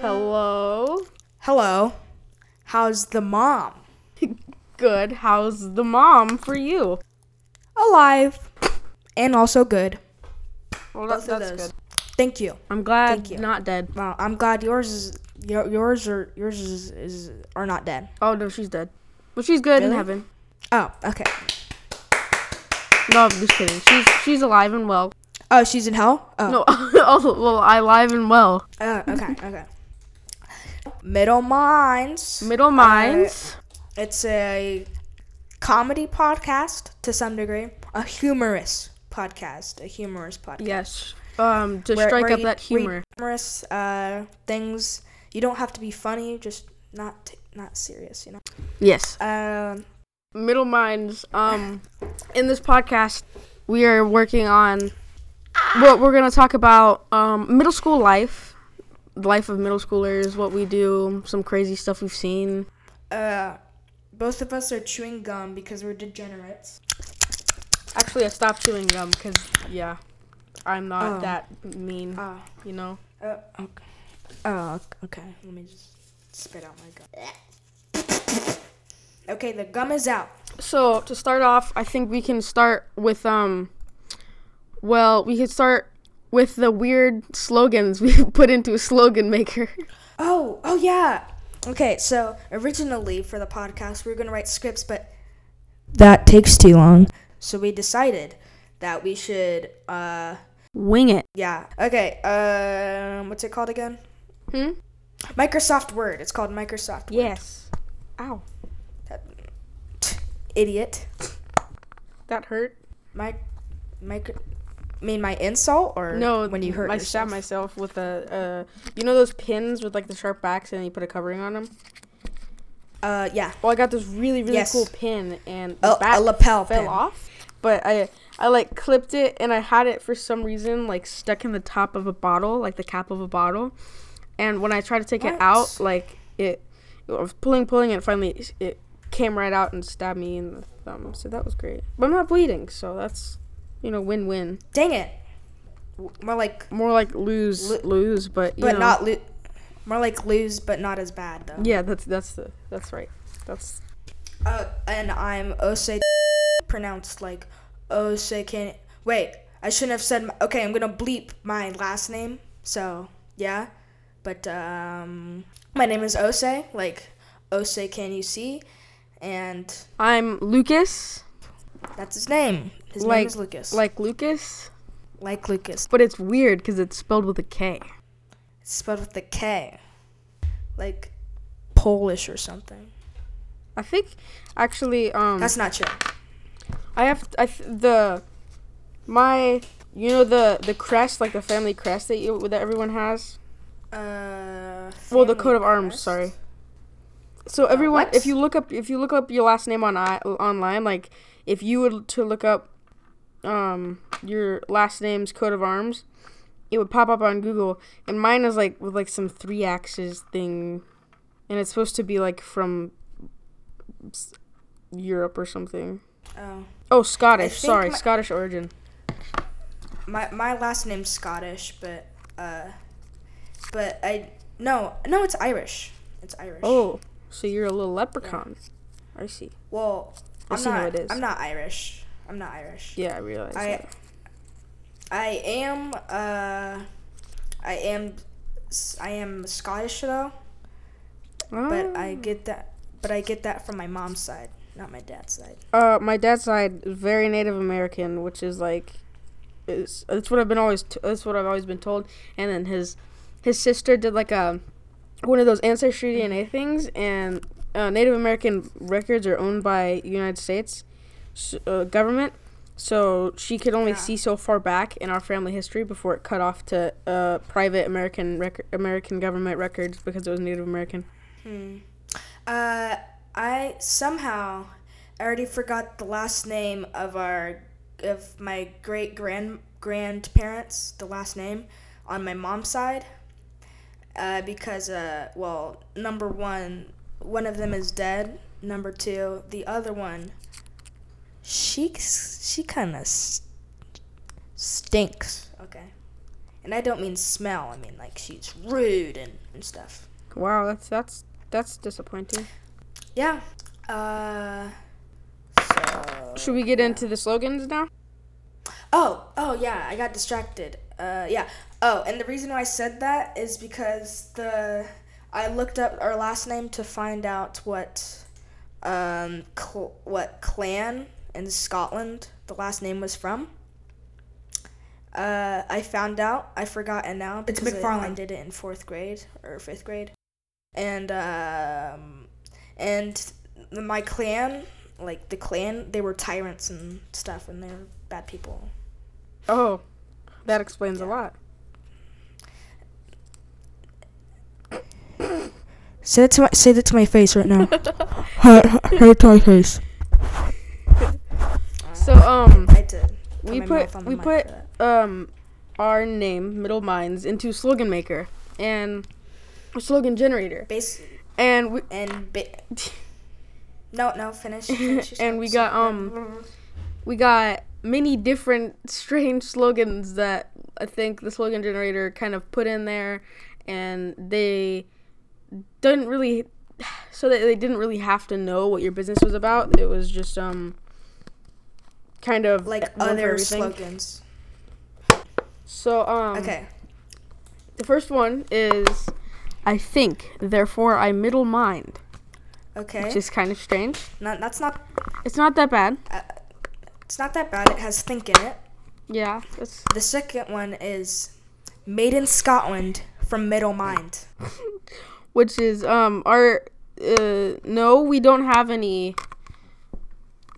Hello. Hello. How's the mom? Good. How's the mom for you? Alive. And also good. Well, Both of that's those. good. Thank you. I'm glad Thank you. not dead. Wow, I'm glad yours is your, yours are yours is, is are not dead. Oh no, she's dead. But she's good in Really? heaven. Oh, okay. No, I'm just kidding. She's she's alive and well. Oh, she's in hell. Oh, No, oh well, alive and well. oh, okay, okay. Middle Minds. Middle minds. It's a comedy podcast to some degree, a humorous podcast, a humorous podcast. yes. Um, to Where- strike where up you that read humor. humorous uh, things. You don't have to be funny, just not t- not serious, you know. Yes. Um, Middle minds. Um, in this podcast, we are working on what we're gonna talk about. Um, middle school life, the life of middle schoolers, what we do, some crazy stuff we've seen. uh, both of us are chewing gum because we're degenerates. Actually, I stopped chewing gum because yeah, I'm not Oh. that mean, Oh, you know. uh, okay. Oh, ok- okay. Let me just spit out my gum. Okay, the gum is out. So to start off, I think we can start with um, well, we could start with the weird slogans we put into a slogan maker. Oh, oh yeah. Okay, so originally for the podcast we were gonna write scripts, but that takes too long. So we decided that we should uh Wing it. yeah. Okay, um what's it called again? Hmm. Microsoft Word. It's called Microsoft Word. Yes. Ow, Idiot. that hurt. My micro mean my insult or No, when you hurt I yourself? stabbed myself with a, uh, you know those pins with like the sharp backs, and you put a covering on them. uh yeah. Well, I got this really really Yes. Oh, cool pin, and the A, back a lapel fell pin. off, but I I like clipped it and I had it for some reason like stuck in the top of a bottle, like the cap of a bottle, and when I tried to take it What? out, like it, I was pulling pulling and finally it- it came right out and stabbed me in the thumb. So that was great, but I'm not bleeding, so that's you know win win. Dang it. W- More like More like lose Lo- lose, but you but know, not lo- more like lose but not as bad though. yeah. That's that's the that's right. That's Uh, and I'm Ose pronounced like Ose can wait. I shouldn't have said my, okay. I'm gonna bleep my last name. So yeah, but um, my name is Ose. Like Ose, can you see? And I'm Lucas, that's his name. His name Like- is Lucas. like Like, Lucas, Lucas. but it's weird because it's spelled with a K. It's spelled with a K. Like Polish or something. I think actually um That's not true. I have I th- the my you know the the crest like the family crest that you that everyone has. Uh. well, the family coat of arms. crest? Sorry. So everyone, what? if you look up if you look up your last name on I, online, like if you would to look up um your last name's coat of arms, it would pop up on Google, and mine is like with like some three axes thing, and it's supposed to be like from s- Europe or something. Oh. Oh, Scottish. think Sorry, my- Scottish origin. my my last name's Scottish, but uh, but I no no it's Irish. It's Irish. Oh, so you're a little leprechaun. I see. well, I I'm see not. how it is. I'm not Irish. I'm not Irish. Yeah, I realize I that. I am uh, I am s- I am Scottish though, but Oh. I get that but I get that from my mom's side, not my dad's side. uh, my dad's side is very Native American, which is like, it's, it's what I've been always. T- that's what I've always been told. And then his, his sister did like a, one of those ancestry DNA things, and uh, Native American records are owned by United States, s uh, government. So she could only Yeah. see so far back in our family history before it cut off to uh, private American rec- American government records because it was Native American. Hmm. Uh, I somehow I already forgot the last name of our of my great grand grandparents. The last name on my mom's side, uh, because uh, well, number one, one of them is dead. Number two, the other one, she she kind of Stinks. Okay. And I don't mean smell. I mean like she's rude and, and stuff. Wow, that's that's that's disappointing. Yeah. Uh. So. Should we get into the slogans now? Oh, oh yeah, I got distracted. Uh, yeah. Oh, and the reason why I said that is because the I looked up our last name to find out what um cl- what clan in Scotland the last name was from. Uh, I found out. I forgot it now. It's because I- I McFarlane. did it in fourth grade or fifth grade, and um, and the, my clan, like the clan, they were tyrants and stuff, and they were bad people. Oh, that explains a lot. Say that to my say that to my face right now. Say to my face. So um, I did. Put we my put mouth on the we mic put for that. um our name middle minds into slogan maker and a slogan generator Base and we and ba- no no finish. finish your and we sentence. got Mm-hmm. um we got many different strange slogans that I think the slogan generator kind of put in there and they didn't really so that they didn't really have to know what your business was about. It was just um kind of like one for other everything. slogans. So um Okay. The first one is I think, therefore I middle mind, Okay. which is kind of strange. Not, that's not It's not that bad. uh, it's not that bad. It has think in it. Yeah, it's The second one is made in Scotland from Middle Mind. which is um our uh no, we don't have any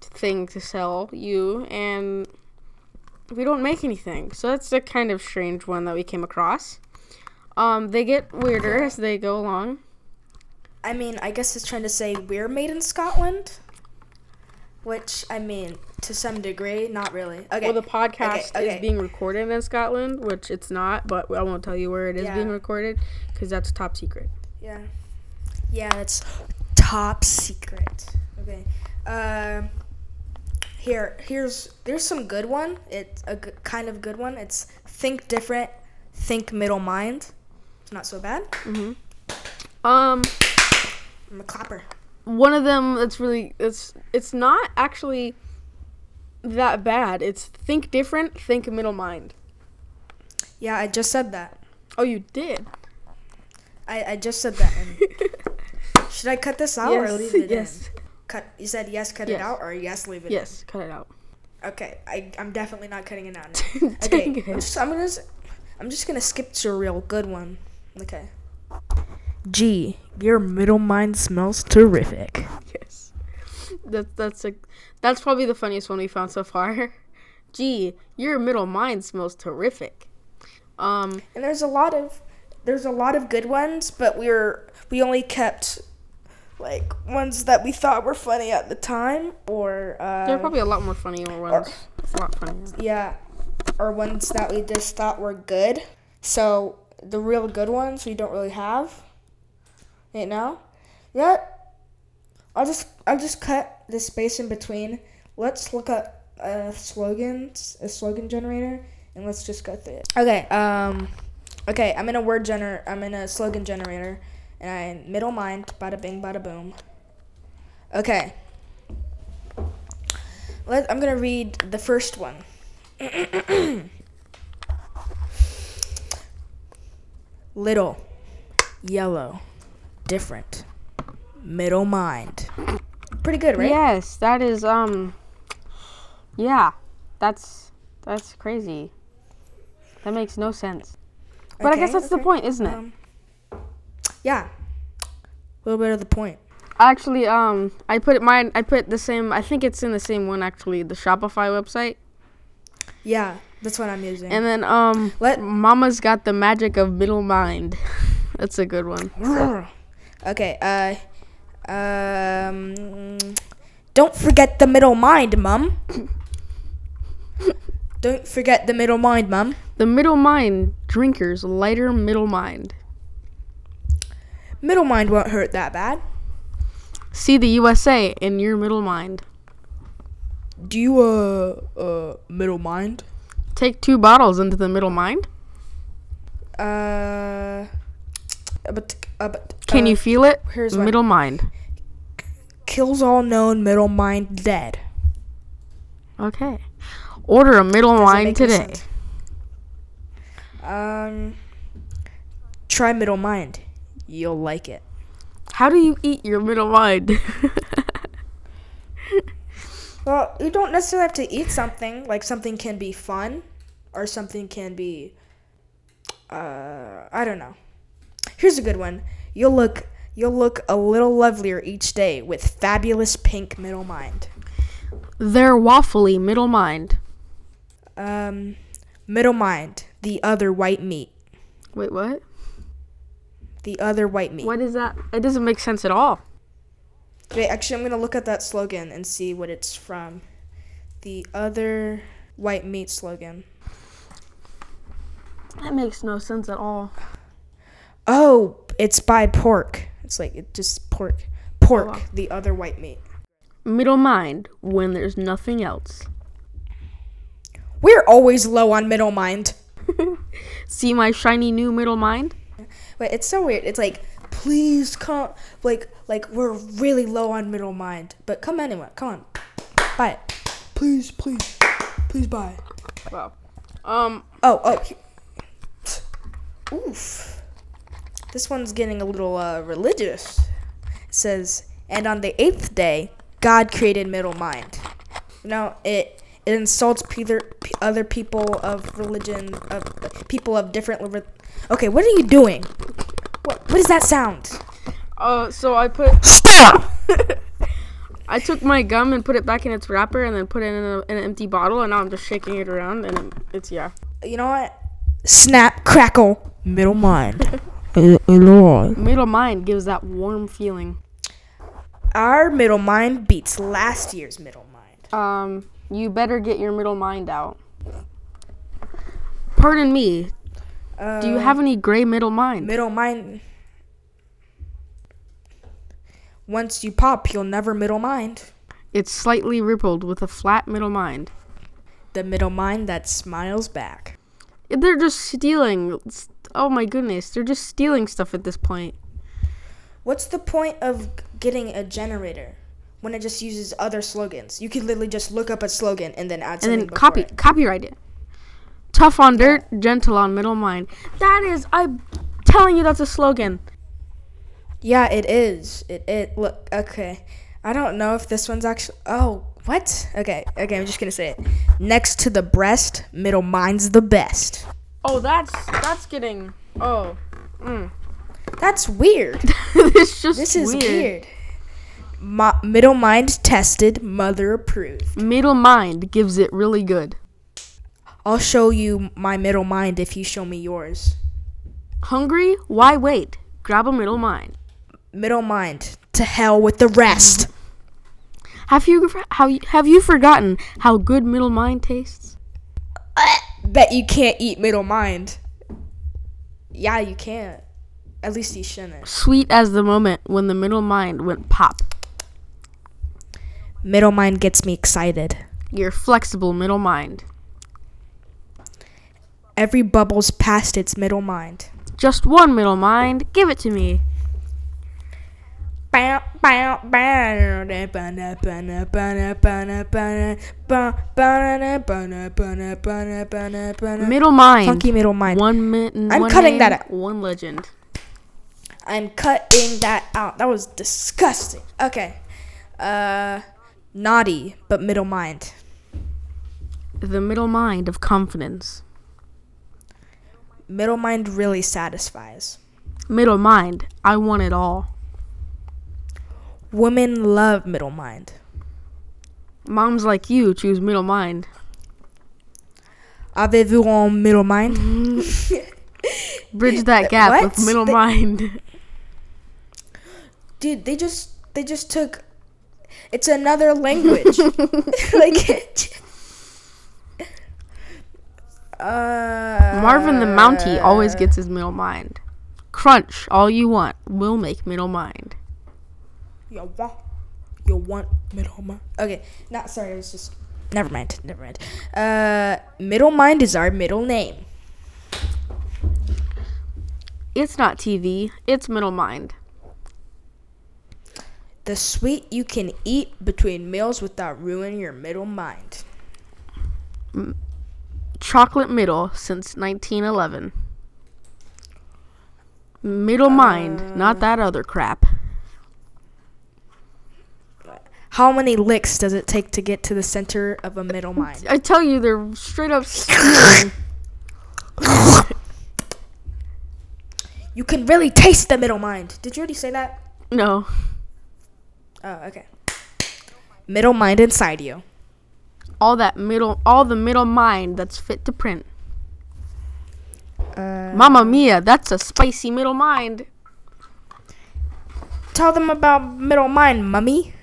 thing to sell you and we don't make anything. So that's a kind of strange one that we came across. Um they get weirder as they go along. I mean, I guess it's trying to say we're made in Scotland, which I mean to some degree, not really. Okay. Well, the podcast Okay, okay. is being recorded in Scotland, which it's not, but I won't tell you where it is Yeah. being recorded because that's top secret. yeah, yeah, that's top secret. Okay. Um. here, here's there's some good one. It's a g- kind of good one. It's think different, think middle mind. It's not so bad. Um, I'm a clapper. one of them that's really it's it's not actually that bad. It's think different, think middle mind. Yeah, I just said that. Oh, you did. I, I just said that. And should I cut this out or leave it in? yes, Cut. You said yes, cut Yes. it out, or yes, leave it. yes. Cut it out. In. Okay, I, I'm definitely not cutting it out. now. Okay, Dang I'm it. just, I'm gonna, s- I'm just gonna skip to a real good one. Okay. G, your middle mind smells terrific. Yes. That, that's a that's probably the funniest one we found so far. Gee, your middle mind smells terrific. Um, And there's a lot of, there's a lot of good ones, but we were, we only kept, like ones that we thought were funny at the time, or uh, there are probably a lot more funnier ones. It's a lot funnier. yeah, or ones that we just thought were good. So the real good ones we don't really have right now. Yet, I'll just I'll just cut the space in between. Let's look up uh, slogans, a slogan generator, and let's just go through it. Okay. Um. Okay, I'm in a word gener. I'm in a slogan generator, and I middle mind. Bada bing, bada boom. Okay. Let, I'm gonna read the first one. Little, yellow, different, middle mind. Pretty good, right? Yes, that is um yeah. That's that's crazy. That makes no sense. But I guess Okay, that's the okay. point, isn't it? Um, yeah. A little bit of the point. Actually, um I put it mine I put the same I think it's in the same one actually, the Shopify website. Yeah, that's what I'm using. And then um Let- Mama's got the magic of middle mind. that's a good one. okay. Uh, um, don't forget the middle mind, mum. don't forget the middle mind, mum. The middle mind drinkers lighter middle mind. Middle mind won't hurt that bad. See the USA in your middle mind. Do you uh uh middle mind? take two bottles into the middle mind? Uh, but, uh, but, Can uh, you feel it? here's one. middle mind. kills all known middle mind dead? Okay. Order a middle Doesn't mind make any today. sense. Um, try middle mind. You'll like it. How do you eat your middle mind? Well, you don't necessarily have to eat something. Like something can be fun, or something can be. Uh, I don't know. Here's a good one. You'll look. You'll look a little lovelier each day with fabulous pink middle mind. Their waffly middle mind. Um, middle mind. The other white meat. Wait, what? The other white meat. What is that? It doesn't make sense at all. Wait, actually, I'm gonna look at that slogan and see what it's from. The other white meat slogan. That makes no sense at all. Oh, it's by pork. It's like it just pork. Pork, wow. the other white meat. Middle mind when there's nothing else. We're always low on middle mind. See my shiny new middle mind? Wait, it's so weird. It's like, please come, like, like we're really low on middle mind, but come anyway. Come on, buy it. Please, please, please buy. it. Wow. Um, Oh, oh. he- Oof. This one's getting a little uh, religious. It says, and on the eighth day, God created middle mind. No, it it insults Peter, p- other people of religion, of people of different. Li- okay, what are you doing? What what is that sound? uh, so I put Stop! I took my gum and put it back in its wrapper and then put it in, a, in an empty bottle and now I'm just shaking it around and it- it's yeah. You know what? Snap, crackle, middle mind. Eh, eh, Lord. Middle mind gives that warm feeling. Our middle mind beats last year's middle mind. Um, you better get your middle mind out. Pardon me. Do you have any gray middle mind? middle mind. Once you pop, you'll never middle mind. It's slightly rippled with a flat middle mind. The middle mind that smiles back. They're just stealing. s- Oh my goodness, they're just stealing stuff at this point. What's the point of getting a generator when it just uses other slogans? You could literally just look up a slogan and then add And something. then before copy it. copyright it. Tough on dirt, gentle on middle mind. That is I'm telling you that's a slogan. Yeah, it is. It it look okay. I don't know if this one's actually. Oh, what? Okay, okay. I'm just gonna say it. Next to the breast, middle mind's the best. Oh, that's that's getting oh. That's weird. this just This is weird. weird. Mo- middle mind tested, mother approved. Middle mind gives it really good. I'll show you my middle mind if you show me yours. Hungry? Why wait? Grab a middle mind. Middle mind, to hell with the rest. Have you how have you forgotten how good middle mind tastes? Bet you can't eat middle mind. Yeah, you can't. At least you shouldn't. Sweet as the moment when the middle mind went pop. Middle mind gets me excited. Your flexible middle mind. Every bubble's past its middle mind. Just one middle mind. Give it to me. Bow, bow, bow, da, ba, da, ba, da, ba, da, ba, da, ba, da, ba, ba, da, da, ba, da, ba, da, ba, da, ba, da, ba, da. Middle mind. Funky middle mind. One min. I'm one cutting name, that out. One legend. I'm cutting that out. That was disgusting. Okay. Uh naughty, but middle mind. The middle mind of confidence. Middle mind really satisfies. Middle mind. I want it all. Women love middle mind. Moms like you choose middle mind. Avez-vous un middle Mm-hmm. mind? Bridge that gap with What? middle They- mind. Dude, they just they just took it's another language. like it- uh Marvin the Mountie always gets his middle mind. Crunch all you want will make middle mind. You want, you want middle mind. Okay, not sorry. I was just Never mind. Never mind. Uh, middle mind is our middle name. It's not TV. It's middle mind. The sweet you can eat between meals without ruining your middle mind. Chocolate middle since 1911. Middle mind, not that other crap. How many licks does it take to get to the center of a middle mind? I tell you, they're straight up stealing. You can really taste the middle mind. Did you already say that? no. Oh, okay. Middle mind inside you. All that middle, all the middle mind that's fit to print. Uh, Mamma mia, that's a spicy middle mind. tell them about middle mind, mummy.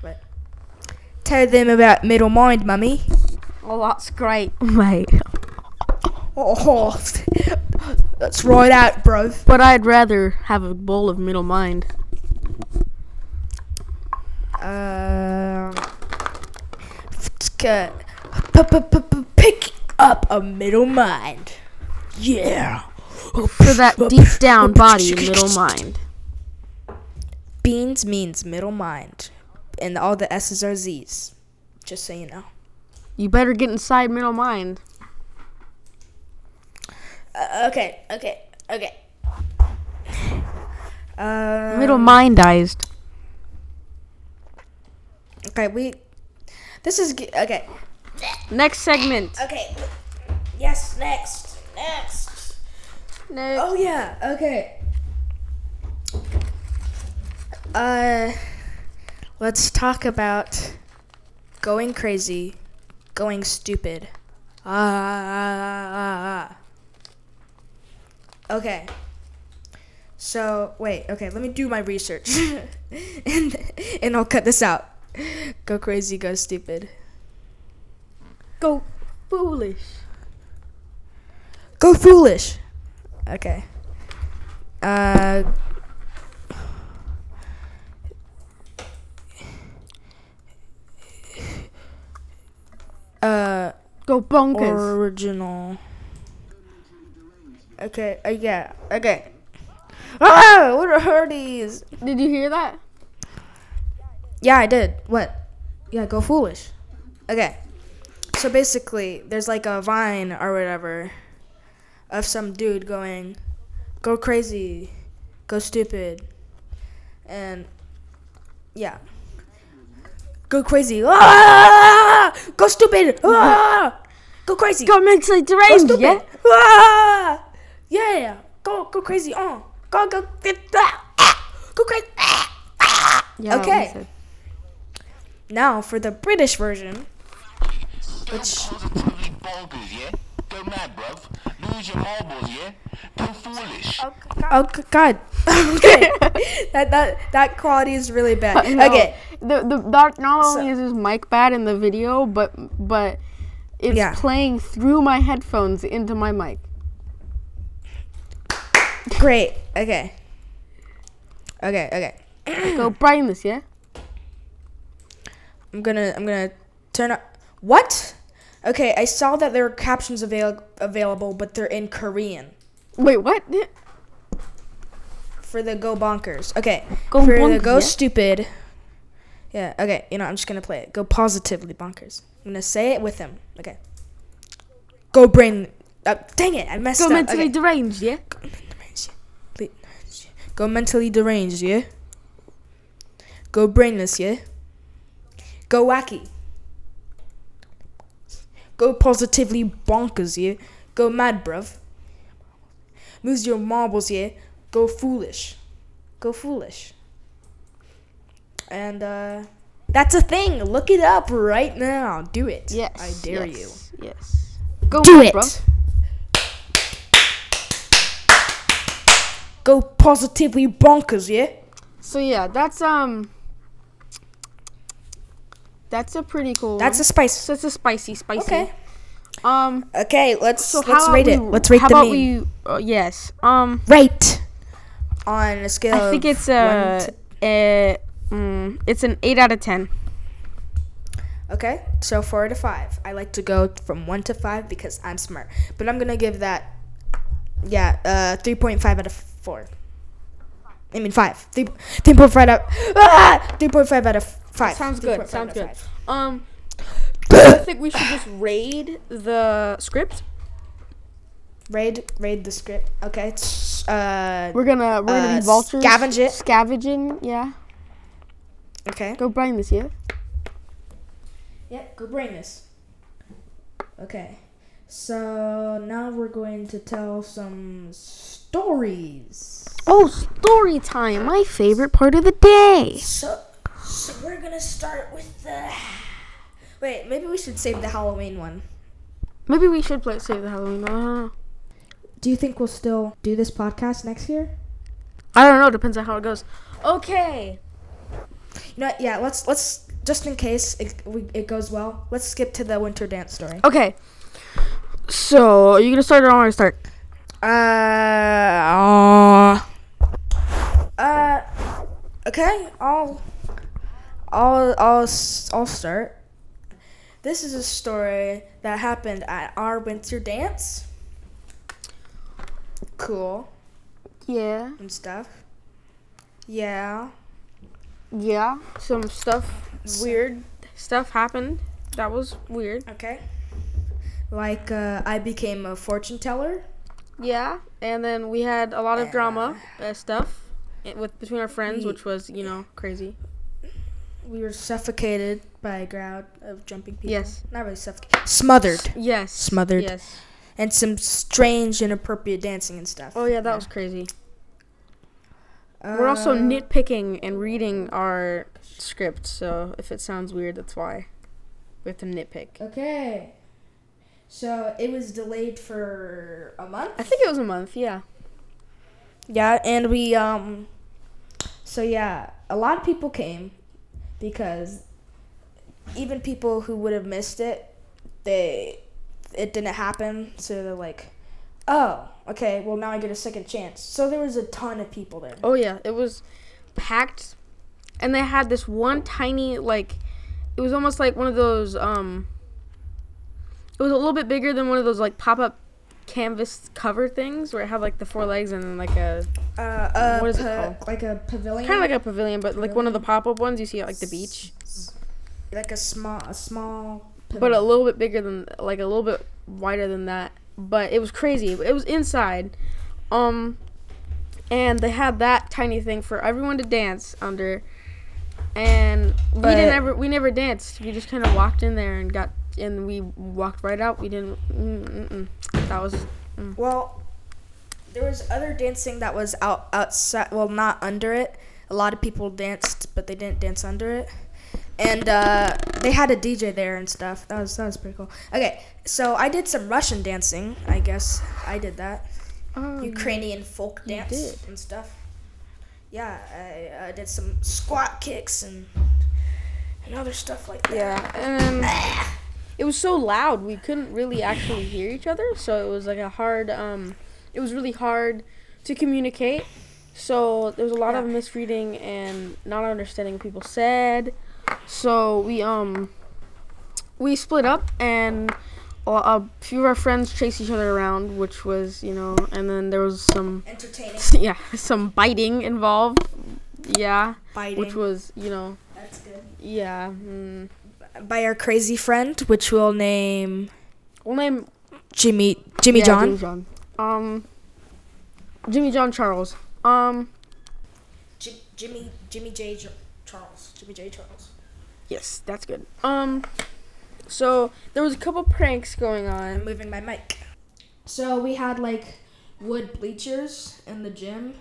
What? Tell them about middle mind, mummy. Oh, that's great, mate. Oh, that's right out, bro. But I'd rather have a bowl of middle mind. Um, p- p- p- pick up a middle mind. Yeah. For that deep down body, middle mind. Beans means middle mind, and all the S's are Z's. Just so you know. You better get inside middle mind. Uh, okay. Okay. Okay. Uh, Middle mindized. Okay. We. This is g- okay. Next segment. Okay. Yes. Next. Next. Next. Oh yeah. Okay. Uh, let's talk about going crazy, going stupid. Ah, Ah. ah, ah. Okay. So wait. Okay. Let me do my research, and and I'll cut this out. Go crazy. Go stupid. Go foolish. Go foolish. Okay. Uh. Uh, Go bonkers. original. Okay, uh, yeah, okay. Ah, what are these? Did you hear that? Yeah, I did. What? Yeah, go foolish. Okay. So basically, there's like a vine or whatever of some dude going, go crazy, go stupid, and yeah. Go crazy. Ah! Go stupid. Ah! Go crazy. Go mentally Go deranged. stupid. yeah. Ah! Yeah. Go go crazy. Oh. Go go ah! go crazy. Ah! Ah! Yeah, what Okay. he said. Now for the British version, which foolish bonkers, yeah? Go mad, bruv. Lose your marbles, yeah? Go foolish. oh g- god, okay, that that that quality is really bad. No, Okay, The the not, not So- only is his mic bad in the video, but but it's Yeah. playing through my headphones into my mic. great. Okay, okay, okay. Go brighten this, yeah. I'm gonna I'm gonna turn up. What? Okay, I saw that there are captions avail- available, but they're in Korean Wait, what? for the go bonkers. Okay, Go for the go bonkers, yeah? stupid. Yeah. Okay. You know I'm just gonna play it. Go positively bonkers. I'm gonna say it with him. Okay. Go brain. Uh, dang it! I messed Go up. mentally Okay. deranged, yeah. deranged. Ble- deranged. Go mentally deranged, yeah? Go brainless, yeah? Go wacky. Go positively bonkers, yeah? Go mad, bruv. Lose your marbles, yeah? Go foolish. Go foolish. And, uh, that's a thing. Look it up right now. Do it. Yes. I dare you. yes, Yes. Go Do mad, it. bro. Go positively bonkers, yeah? So yeah, that's um. That's a pretty cool. That's a one. spice. So it's a spicy, spicy. Okay. Um. Okay, let's So let's how rate about it. we- Let's rate how the about meme. we? Uh, yes. Um. Rate on a scale. I think of it's uh, one a, to- a mm, it's an eight out of ten. Okay, so four to five. I like to go from one to five because I'm smart. But I'm gonna give that, yeah, uh, three point five out of four. I mean five. Three, three point five out. Ah, three point five out of five. Sounds 3.5 out good. of Sounds good. five. Um, I think we should just raid the script. Raid, raid the script. Okay. it's, Uh, We're gonna we're gonna Uh, be vultures. scavenge it. Scavenging. Yeah. okay. Go bring this. Yeah. Yep, go bring this. Okay, so now we're going to tell some stories. Oh, story time! My favorite part of the day. So, so we're gonna start with the. Wait, maybe we should save the Halloween one. Maybe we should play Save the Halloween. Ah. I don't know. Do you think we'll still do this podcast next year? I don't know. Depends on how it goes. Okay. You know, what, yeah. Let's let's just in case it we, it goes well. Let's skip to the winter dance story. Okay. So are you gonna start or am I gonna start? Uh. Uh. Okay. I'll. I'll. I'll. s- I'll start. This is a story that happened at our winter dance. Cool Yeah. and stuff. Yeah. Yeah. Some stuff. Weird stuff happened. That was weird. Okay. Like uh, I became a fortune teller. Yeah, and then we had a lot of drama uh, stuff i- with between our friends, which was you know crazy. We were suffocated by a crowd of jumping people. Yes. Not really suffocated. Smothered. Yes. Smothered. Yes. and some strange inappropriate dancing and stuff. Oh yeah, that was crazy. Uh, We're also nitpicking and reading our script, so if it sounds weird, that's why we have to nitpick. okay. So it was delayed for a I month. think it was a month. Yeah. Yeah, and we um. So yeah, a lot of people came because even people who would have missed it, they it didn't happen. So they're like, oh, okay, well now I get a second chance. So there was a ton of people there. Oh yeah, it was packed, and they had this one tiny like, it was almost like one of those um. It was a little bit bigger than one of those like pop up canvas cover things where it had like the four legs and then like a Uh, uh Oh. What is it pa- called? Like a pavilion. kind of like a pavilion, but like one of the pop up ones you see at like the beach, like a small a small but a little bit bigger than like a little bit wider than that. But it was crazy. It was inside, um, and they had that tiny thing for everyone to dance under, and we But- didn't ever we never danced. We just kind of walked in there and got and we walked right out. We didn't. Mm, mm, mm. That was well there was other dancing that was out outside well not under it a lot of people danced but they didn't dance under it and uh, they had a dj there and stuff that was that was pretty cool okay so i did some russian dancing i guess i did that oh, ukrainian folk you dance did. and stuff yeah I, I did some squat kicks and and other stuff like that yeah, and it was so loud we couldn't really actually hear each other. So it was like a hard. Um, it was really hard to communicate. So there was a lot of misreading and not understanding what people said. So we um we split up and a a few of our friends chased each other around, which was you know, and then there was some entertaining yeah some biting involved. Yeah, biting which was you know that's good yeah. Mm. by our crazy friend, which we'll name We'll name Jimmy Jimmy Yeah, John. Jimmy John. Um, Jimmy John Charles. Um, J- Jimmy Jimmy J J- Charles. Jimmy J Charles. yes, that's good. Um, so there was a couple pranks going I'm on. moving my mic. So we had like wood bleachers in the gym,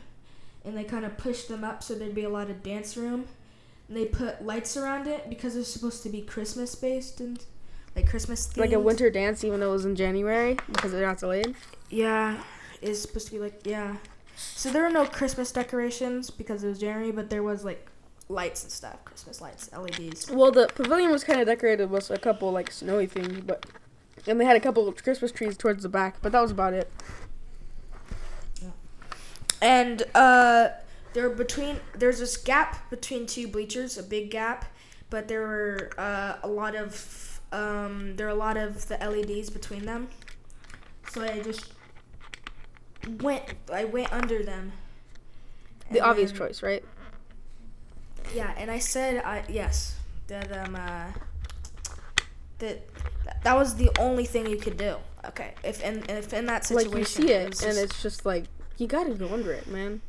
and they kind of pushed them up so there'd be a lot of dance room. And they put lights around it because it's supposed to be Christmas based and like Christmas themed. Like a winter dance, even though it was in January because it got delayed. Yeah, it's supposed to be like yeah. So there were no Christmas decorations because it was January, but there was like lights and stuff, Christmas lights, E LEDs. Well, the pavilion was kind of decorated with a couple like snowy things, but and they had a couple of Christmas trees towards the back, but that was about it. And uh, there were between there's this gap between two bleachers, a big gap, but there were uh, a lot of um, there were a lot of the LEDs between them. So I just went I went under them. The And obvious then- choice, right? Yeah, and I said I yes that um uh, that that was the only thing you could do. Okay, if in if in that situation Like you see it, was and just- it's just like you gotta go under it, man.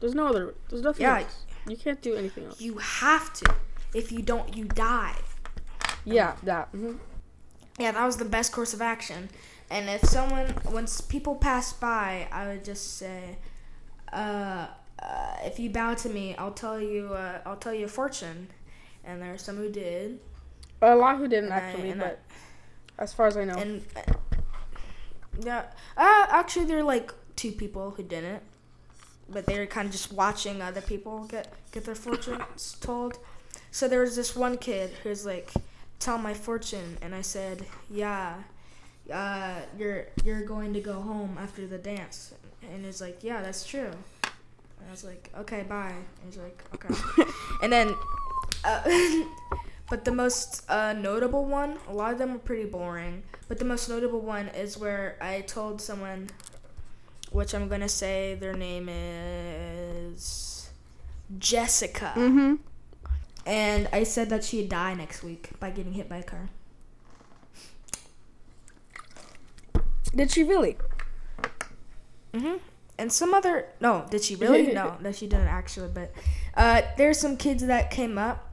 There's no other. There's nothing. Yeah. Else. You can't do anything else. you have to. If you don't, you die. Yeah, that. mhm. Yeah, that was the best course of action. And if someone, once people passed by, I would just say, uh, uh, "If you bow to me, I'll tell you, uh, I'll tell you a fortune." And there were some who did, A lot who didn't And I- actually, and I- but as far as I know, and uh, yeah, uh, actually, there were like two people who didn't, but they were kind of just watching other people get get their fortunes told. So there was this one kid who's like, "Tell my fortune," and I said, "Yeah." uh, you're you're going to go home after the dance, and it's like, yeah, that's true. And I was like, okay, bye. And he's like, okay. and then, uh, but the most uh, notable one, a lot of them were pretty boring, but the most notable one is where I told someone, which I'm gonna say their name is Jessica, mm-hmm. and I said that she'd die next week by getting hit by a car. did she really? hmm And some other no, did she really? no, no, she didn't actually. But uh, there's some kids that came up.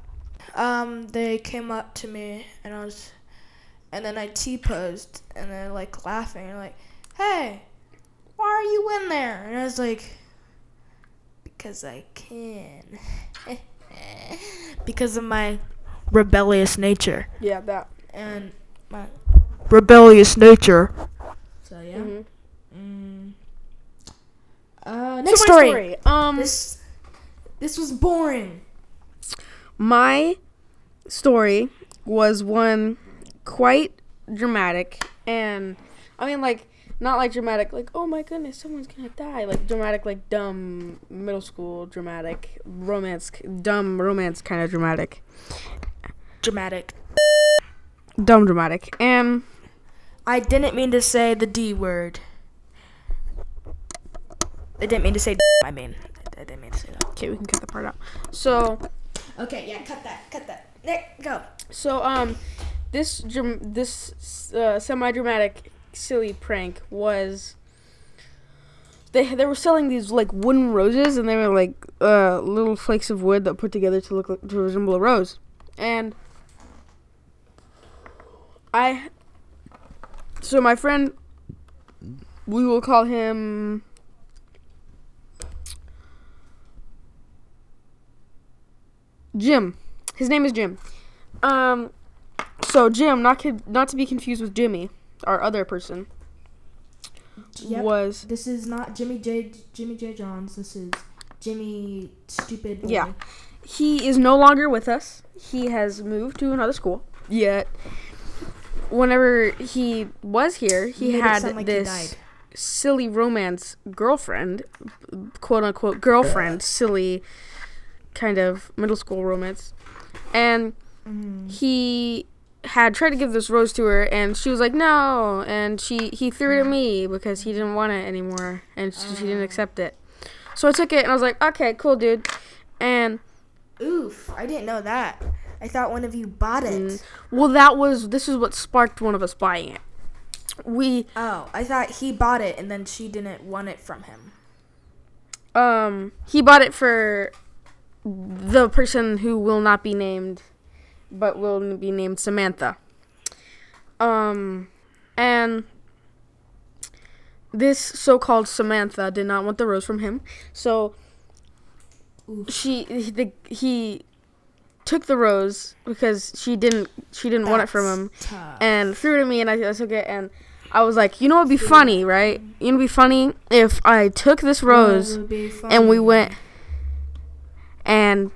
Um, they came up to me, and I was, and then I T posed, and they're like laughing, and like, "Hey, why are you in there?" And I was like, "Because I can, because of my rebellious nature Yeah, that. and my rebellious nature. so yeah." Mhm. Mm. Uh, So next my story. Um, This this was boring. my story was one quite dramatic and i mean like not like dramatic like oh my goodness someone's gonna die like dramatic like dumb middle school dramatic romance dumb romance kind of dramatic Dramatic. dumb dramatic and I didn't mean to say the D word. I didn't mean to say. D- I mean, I didn't mean to say that. okay we can cut the part out so Okay, yeah, cut that, cut that. Nick, go. So um, this dram- this uh, semi-dramatic silly prank was they they were selling these like wooden roses and they were like uh, little flakes of wood that put together to look like, to resemble a rose, and I so my friend we will call him. Jim. His name is Jim. Um, so Jim, not kid, not to be confused with Jimmy, our other person, was This is not Jimmy J. Jimmy J. Johns. This is Jimmy Stupid. Yeah. he is no longer with us. He has moved to another school. Yet, whenever he was here, he had this silly romance girlfriend, quote unquote girlfriend, silly kind of middle school romance, and he had tried to give this rose to her and she was like no and she he threw it at me because he didn't want it anymore and she, she didn't accept it so i took it and i was like okay cool dude and Oof! I didn't know that. I thought one of you bought it. well that was this is what sparked one of us buying it we Oh, I thought he bought it and then she didn't want it from him. um he bought it for the person who will not be named but will be named Samantha um and this so-called Samantha did not want the rose from him so she the, he took the rose because she didn't she didn't want it from That's him tough. and threw it at me, and I, I took it, and I was like, you know, it'd be funny, right? You know, it'd be funny if I took this rose Would be fun. and we went and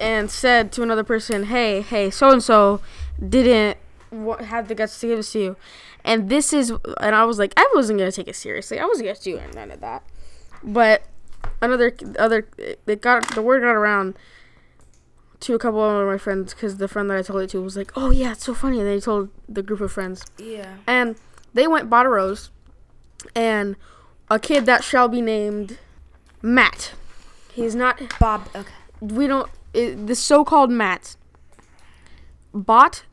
and said to another person, hey, hey, so and so didn't wa- have the guts to give this to you, and this is, and I was like, I wasn't gonna take it seriously. I wasn't gonna do none of that, but another other it got the word got around to a couple of my friends because the friend that I told it to was like, "Oh yeah, it's so funny," and they told the group of friends, Yeah. and they went bought a rose, and a kid that shall be named Matt. He's not Bob. Okay. we don't it, the so-called Matt bought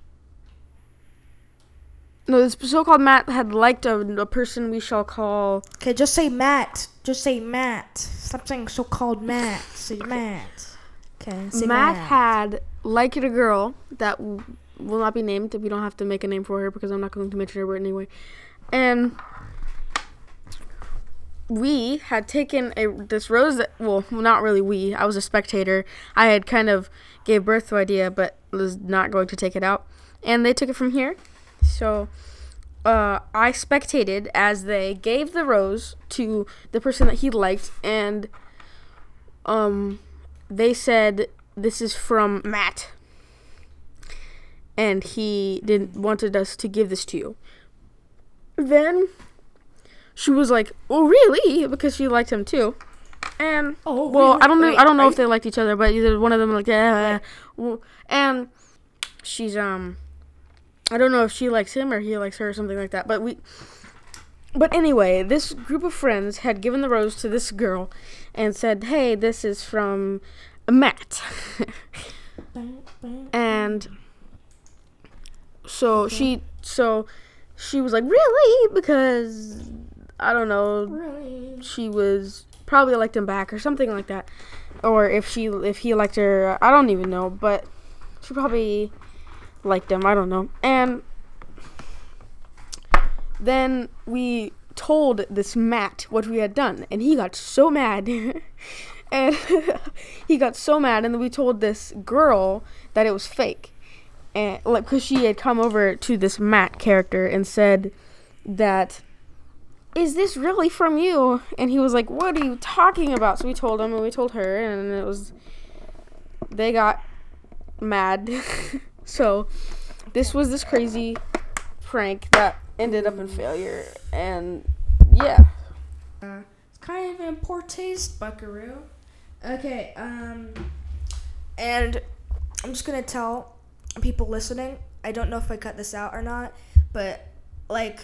no this so-called Matt had liked a, a person we shall call Okay, just say Matt. Just say Matt. Stop saying so-called Matt. Say Matt. Okay. Say Matt had liked a girl that w- will not be named we don't have to make a name for her because I'm not going to mention her anyway and we had taken a this rose that well not really we I was a spectator I had kind of gave birth to idea but was not going to take it out and they took it from here so uh, I spectated as they gave the rose to the person that he liked and um they said this is from Matt and he didn't wanted us to give this to you then she was like, "Oh, really?" Because she liked him too. And Oh, well, wait, I don't know. wait, I don't know if right? they liked each other, but either one of them like, yeah. And she's um, I don't know if she likes him or he likes her or something like that. But we, but anyway, this group of friends had given the rose to this girl, and said, "Hey, this is from Matt." and so she so she was like really because i don't know she was probably liked him back or something like that or if she if he liked her i don't even know but she probably liked him i don't know and then we told this matt what we had done and he got so mad and he got so mad and then we told this girl that it was fake and like because she had come over to this matt character and said that is this really from you? And he was like, What are you talking about? So we told him and we told her, and it was. They got mad. so this was this crazy prank that ended up in failure. And yeah. It's kind of in poor taste, Buckaroo. Okay. Um. And I'm just gonna tell people listening. I don't know if I cut this out or not, but like,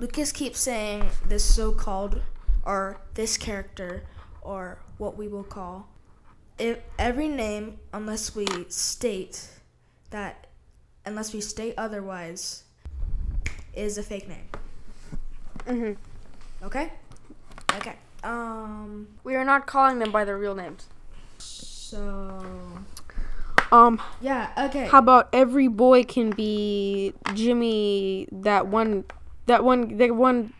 Lucas keeps saying this so-called or this character or what we will call if every name unless we state that unless we state otherwise is a fake name. Mhm. Okay? Okay. Um We are not calling them by their real names. so Um, yeah, okay. how about every boy can be Jimmy? That one, that one, that one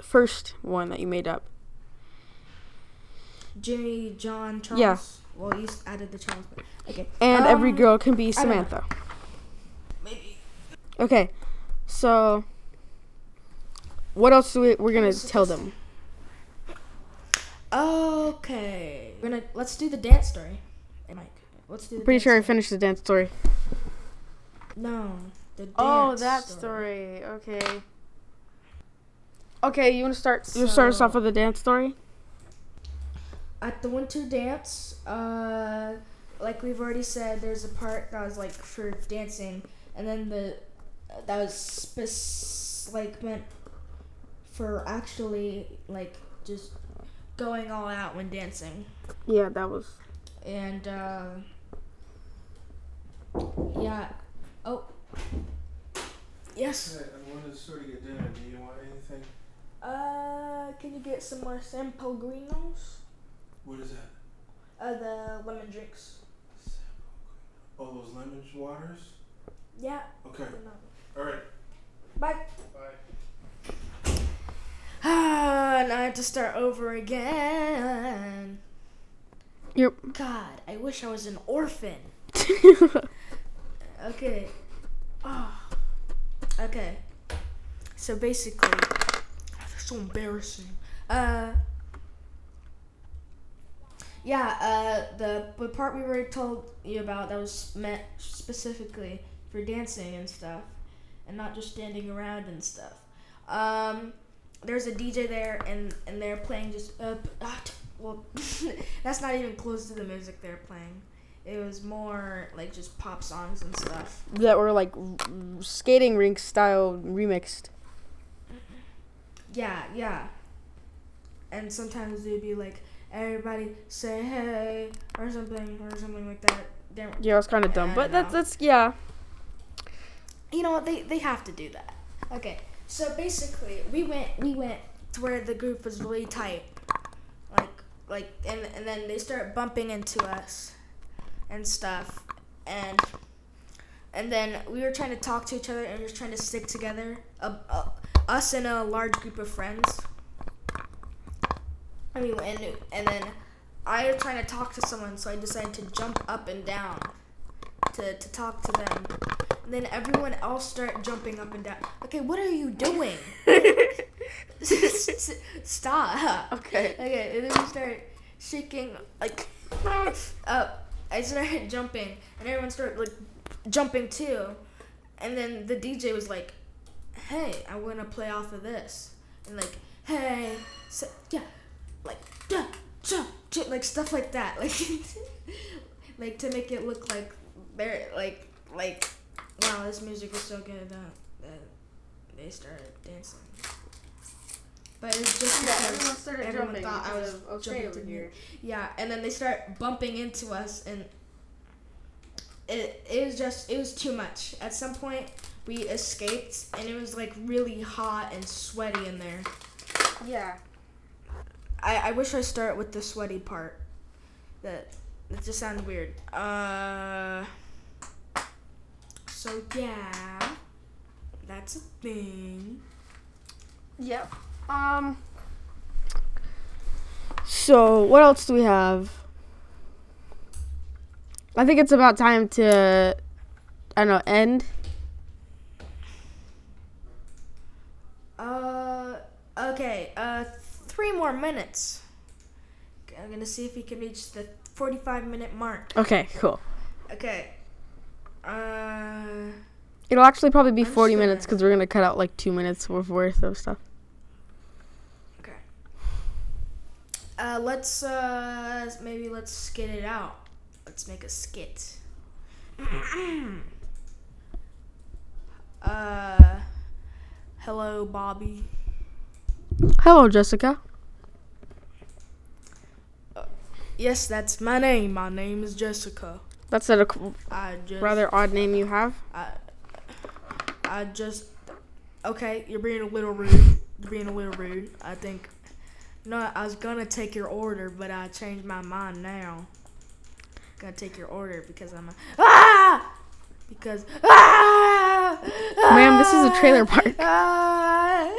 first one that you made up. Jimmy, John, Charles. Yeah. Well, you s- added the Charles. But, okay. And every Um, girl can be I don't know. Samantha. Maybe. Okay, so what else do we, we're gonna tell them? Okay. We're gonna let's do the dance story. Hey, Mike. Let's do the Pretty dance sure I story. finished the dance story. No. The dance Oh, story. Okay. Okay, you wanna start? You wanna start us So- off with the dance story. at the winter dance, uh, like we've already said, there's a part that was like for dancing, and then the that was spec- like meant for actually like just going all out when dancing, Yeah, that was. and uh, yeah, oh, yes. Hey, I wanted to sort of get dinner. Do you want anything? Uh, can you get some more San Pellegrinos? What is that? Uh, the lemon drinks. All those lemon waters? Yeah. Okay. All right. Bye. Bye. Ah, and I had to start over again. Yep. God, I wish I was an orphan. Okay. Ah. Okay. So basically, that's so embarrassing. Uh. Yeah. Uh. The the part we already told you about that was meant specifically for dancing and stuff, and not just standing around and stuff. Um. There's a DJ there, and and they're playing just uh. p- ah, t- Well, that's not even close to the music they're playing. It was more like just pop songs and stuff. that were like r- skating rink style remixed. Yeah, yeah. And sometimes they'd be like, everybody say hey or something or something like that. They're, Yeah, it was kind of dumb, Yeah, I but that's know. that's yeah. you know what? They they have to do that. Okay. So basically, we went we went to where the group was really tight, like like and and then they start bumping into us, and stuff, and and then we were trying to talk to each other and we were trying to stick together, uh, uh, us and a large group of friends. I mean, and and then I was trying to talk to someone, so I decided to jump up and down to to talk to them. And then everyone else start jumping up and down. Okay, what are you doing? Stop. Okay. Okay, and then we start shaking like up. I started jumping, and everyone started like jumping too. And then the DJ was like, "Hey, I want to play off of this," and like, "Hey, so, yeah, like, yeah, yeah, yeah," like stuff like that, like, like to make it look like they're like, like, wow, this music is so good that, that they started dancing. But it's just because everyone started jumping thought I because was of, "Okay, jumping over to here." the- Yeah, and then they start bumping into us, and it it was just it was too much. At some point, we escaped, and it was like really hot and sweaty in there. Yeah. I, I wish I start with the sweaty part. That that just sounds weird. Uh. So yeah, that's a thing. Yep. Um. So what else do we have? I think it's about time to, I don't know, end. Uh. Okay. Uh. Three more minutes. I'm gonna see if we can reach the 45 minute mark. Okay, cool. Okay. Uh. It'll actually probably be I'm just 40 gonna- minutes because we're gonna cut out like two minutes worth- worth of stuff. Okay. Uh, let's uh maybe let's skit it out. Let's make a skit. uh, hello, Bobby. Hello, Jessica. Yes, that's my name. My name is Jessica. That's a c- I just rather odd name you have. I, I just okay. You're being a little rude. You're being a little rude. I think. No, I was gonna take your order, but I changed my mind now. Gonna take your order because I'm a ah because ah. Ma'am, this is a trailer park. Ah,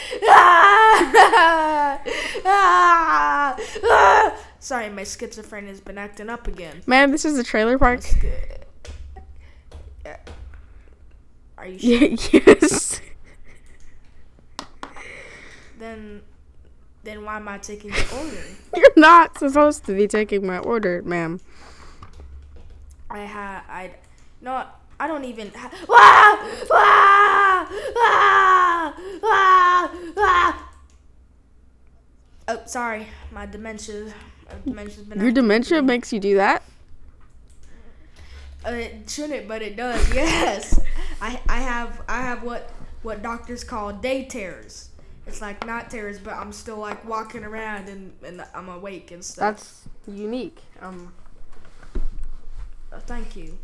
ah, ah, ah. Sorry, my schizophrenia's been acting up again. Man, this is a trailer park. Are you sure? Yeah, yes. Then, then why am I taking your order? You're not supposed to be taking my order, ma'am. I had I no I don't even ha- ah! Ah! Ah! Ah! Ah! Oh, sorry. My dementia my dementia's been Your acting up dementia again. makes you do that? Uh, it shouldn't, but it does. Yes. I I have I have what what doctors call day terrors. It's like night terrors, but I'm still like walking around and, and I'm awake and stuff. That's unique. Um, Uh, Thank you.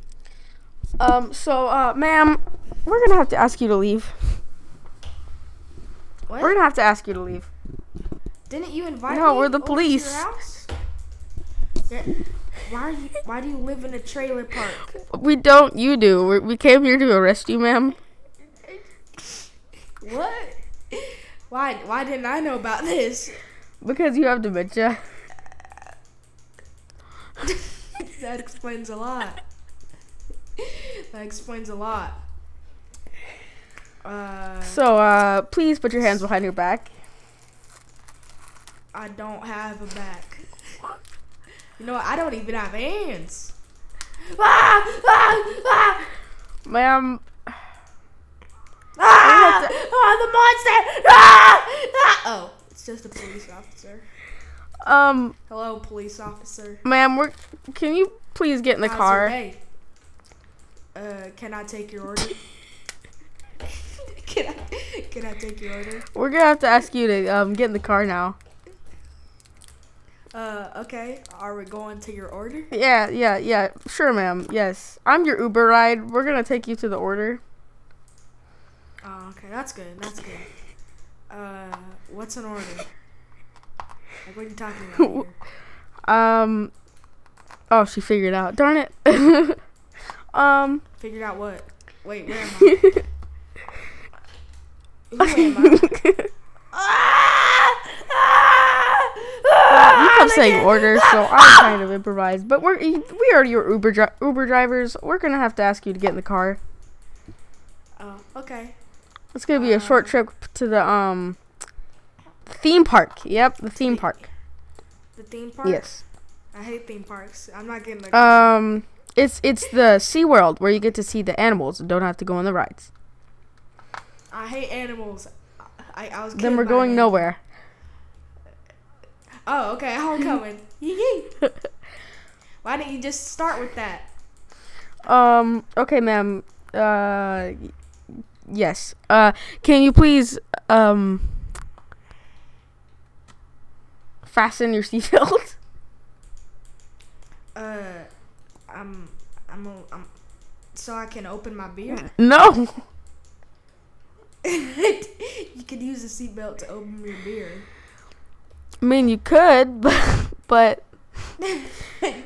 um so, uh, ma'am, we're gonna have to ask you to leave. What? We're gonna have to ask you to leave. Didn't you invite No, me we're the over to your police. house? Yeah, Why are you, why do you live in a trailer park? We don't, you do. We're, we came here to arrest you, ma'am. What? Why why didn't I know about this? Because you have dementia. That explains a lot. That explains a lot. Uh, So, uh, please put your hands behind your back. I don't have a back. You know what? I don't even have hands. Ah! Ah! Ah! Ma'am, Ah! Oh, the monster! Ah! Ah! Oh, it's just a police officer. um, Hello, police officer. ma'am, we're, can you Please get in the How's it- car. Hey, uh, can I take your order? can I can I take your order? We're gonna have to ask you to um, get in the car now. Uh, okay. Are we going to your order? Yeah, yeah, yeah. Sure, ma'am. Yes, I'm your Uber ride. We're gonna take you to the order. Oh, okay. That's good. That's good. Uh, what's an order? Like, what are you talking about? here? Um. Oh, she figured out. Darn it. um. Figured out what? Wait, where am I? Who am I? you kept saying order, so Ah! I kind of improvised. But we're we are your Uber dri- Uber drivers. We're gonna have to ask you to get in the car. Oh, okay. It's gonna be a Uh-huh. short trip to the um theme park. Yep, the theme park. The theme park. Yes. I hate theme parks. I'm not getting the. Um, it's it's the Sea World where you get to see the animals and don't have to go on the rides. I hate animals. I, I was. Then killed we're by going an- nowhere. Oh, okay. Homecoming. Yee yee. Why didn't you just start with that? Um. Okay, ma'am. Uh. y- Yes. Uh. Can you please um. Fasten your seatbelt. Uh, I'm, I'm, a, I'm, so I can open my beer. no. you could use a seatbelt to open your beer. I mean, you could, but, but you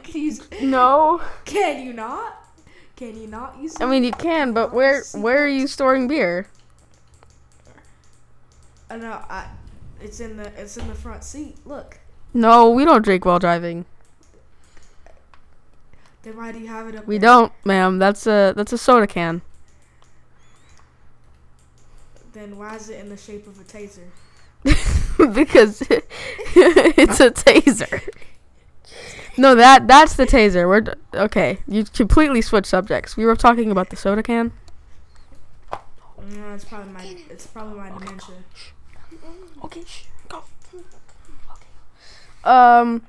could use. no. Can you not? Can you not use? I mean, you can, but where where are you storing beer? Oh, no, I. It's in the it's in the front seat. Look. No, we don't drink while driving. Then why do you have it up? We there? don't, ma'am. That's a that's a soda can. Then why is it in the shape of a taser? because it's a taser. No, that that's the taser. We're d- okay. You completely switched subjects. We were talking about the soda can. No, it's Mm, probably my it's probably my dementia. Okay, go. Um,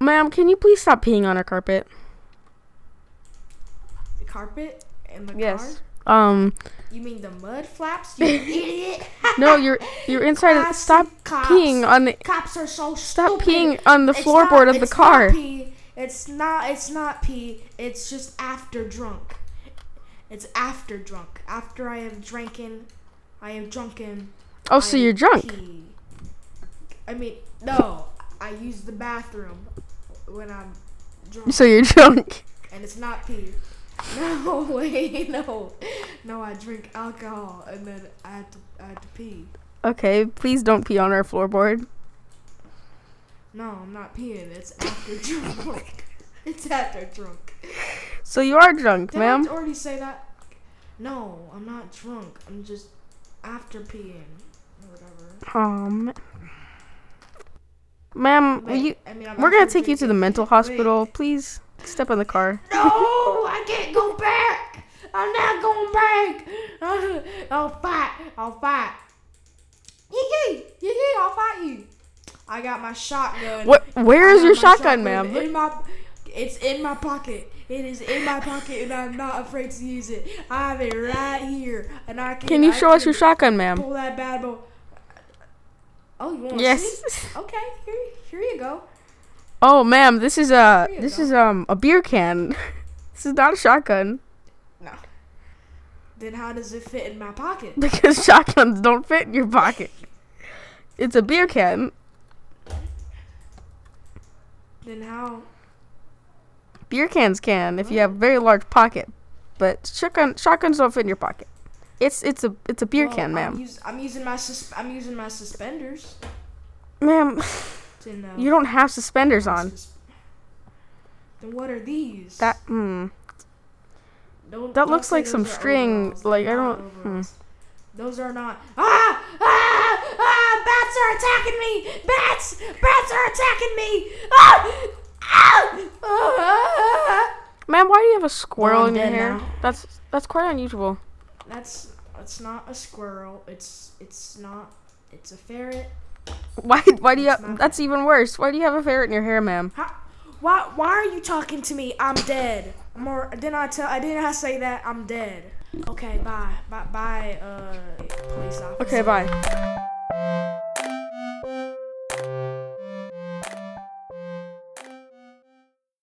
ma'am, can you please stop peeing on our carpet? The carpet in the Yes. car. Um, You mean the mud flaps? You idiot! no, you're you're inside. Of, Classy stop cops. peeing on the Cops are so stop stupid. peeing on the It's floorboard not- of the it's car. Not pee. It's not. It's not pee. It's just after drunk. It's after drunk. After I have drinking, I have drunken. Oh, so I you're drunk. pee. I mean, no. I use the bathroom when I'm drunk, So you're drunk. and it's not pee. No way, no, no. I drink alcohol, and then I have to, I have to pee. Okay, please don't pee on our floorboard. No, I'm not peeing. It's after drunk. it's after drunk. So you are drunk, Did ma'am. I already say that? No, I'm not drunk. I'm just after peeing or whatever. Um, ma'am, will Wait, you, I mean, I'm we're gonna after take you to the drinking. mental hospital. Please step in the car. No, I can't go back. I'm not going back. I'll fight. I'll fight. Yee yee yee! I'll fight you. I got my shotgun. What? Where I is have your my shotgun, ma'am? In my, it's in my pocket. It is in my pocket, and I'm not afraid to use it. I have it right here, and I can. Can you I show us your can shotgun, ma'am? Pull that bad boy. Oh, you want to Yes. Okay, here, here you go. Oh, ma'am, this is a Here you this go. is um a beer can. this is not a shotgun No. Then how does it fit in my pocket? because shotguns don't fit in your pocket. It's a beer can. Then how? Beer cans can if you have a very large pocket, but shotgun shotguns don't fit in your pocket. It's it's a it's a beer Well, can, I'm ma'am. use- I'm using my sus- I'm using my suspenders. Ma'am, To know you don't have suspenders my on. sus- Then what are these? That hmm. Don't- that don't looks say like those some are string, overalls. They're like, I not don't- hmm. overalls. Those are not. Ah! Ah! Ah! Bats are attacking me! Bats! Bats are attacking me! Ah! Ah! Ah! ah, ah. Ma'am, why do you have a squirrel I'm in your dead hair? now. That's that's quite unusual. That's that's not a squirrel. It's it's not. It's a ferret. Why why do you It's have, not that's even worse. Why do you have a ferret in your hair, ma'am? How? Why why are you talking to me? I'm dead. I'm or, didn't I tell I didn't I say that I'm dead. Okay, bye. Bye bye uh police officer. Okay, bye.